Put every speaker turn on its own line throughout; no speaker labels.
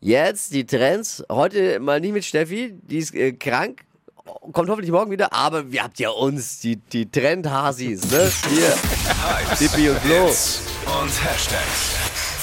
Jetzt die Trends. Heute mal nicht mit Steffi, die ist äh, krank. Kommt hoffentlich morgen wieder, aber wir habt ja uns, die, die Trendhasis, ne? Hier,
Hypes,
Tippi und Flo.
Hits und Hashtags.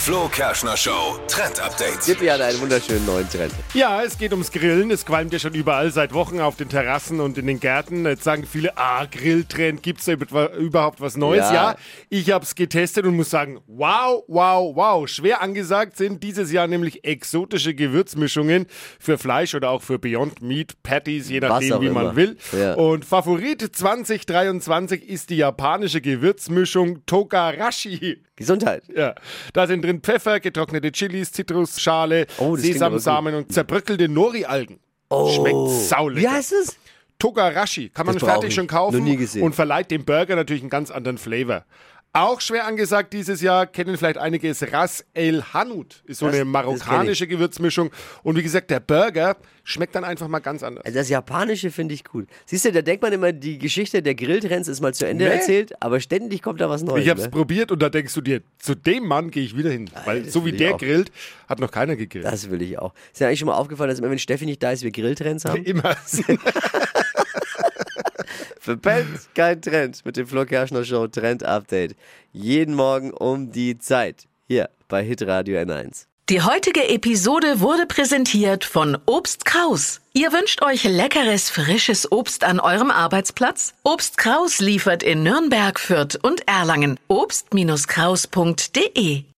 Flo Kerschner Show Trend Update.
Tippi hat einen wunderschönen neuen Trend.
Ja, es geht ums Grillen. Es qualmt ja schon überall seit Wochen auf den Terrassen und in den Gärten. Jetzt sagen viele, ah, Grilltrend, gibt's da über- überhaupt was Neues?
Ja.
Ja. ich hab's getestet und muss sagen, wow, wow, wow. Schwer angesagt sind dieses Jahr nämlich exotische Gewürzmischungen für Fleisch oder auch für Beyond Meat Patties, je
Was auch
nachdem, wie
immer.
man will.
Ja.
Und Favorit 2023 ist die japanische Gewürzmischung Tokarashi.
Gesundheit.
Ja, da sind drin Pfeffer, getrocknete Chilis, Zitrusschale,
Oh, das klingt aber
Sesamsamen und zerbröckelte Nori-Algen. Schmeckt
Wie
saulecker.
heißt es?
Togarashi kann man
Das brauch
fertig
ich.
schon kaufen
Noch nie gesehen.
und verleiht dem Burger natürlich einen ganz anderen Flavor. Auch schwer angesagt dieses Jahr, kennen vielleicht einige, ist Ras El Hanout. Ist so
Das-
eine
das
marokkanische Gewürzmischung. Und wie gesagt, der Burger schmeckt dann einfach mal ganz anders.
Also das Japanische finde ich cool. Siehst du, da denkt man immer, die Geschichte der Grilltrends ist mal zu Ende
Nee.
erzählt, aber ständig kommt da was Neues.
Ich habe es
ne?
probiert und da denkst du dir, zu dem Mann gehe ich wieder hin. Weil
das
so wie
will ich
der
auch.
grillt, hat noch keiner gegrillt.
Das will ich auch. Ist dir eigentlich schon mal aufgefallen, dass immer, wenn Steffi nicht da ist, wir Grilltrends haben?
Immer.
Verpennt kein Trend mit dem Flo Kerschner Show Trend Update. Jeden Morgen um die Zeit. Hier bei Hitradio N1.
Die heutige Episode wurde präsentiert von Obst Kraus. Ihr wünscht euch leckeres, frisches Obst an eurem Arbeitsplatz? Obst Kraus liefert in Nürnberg, Fürth und Erlangen. Obst-Kraus.de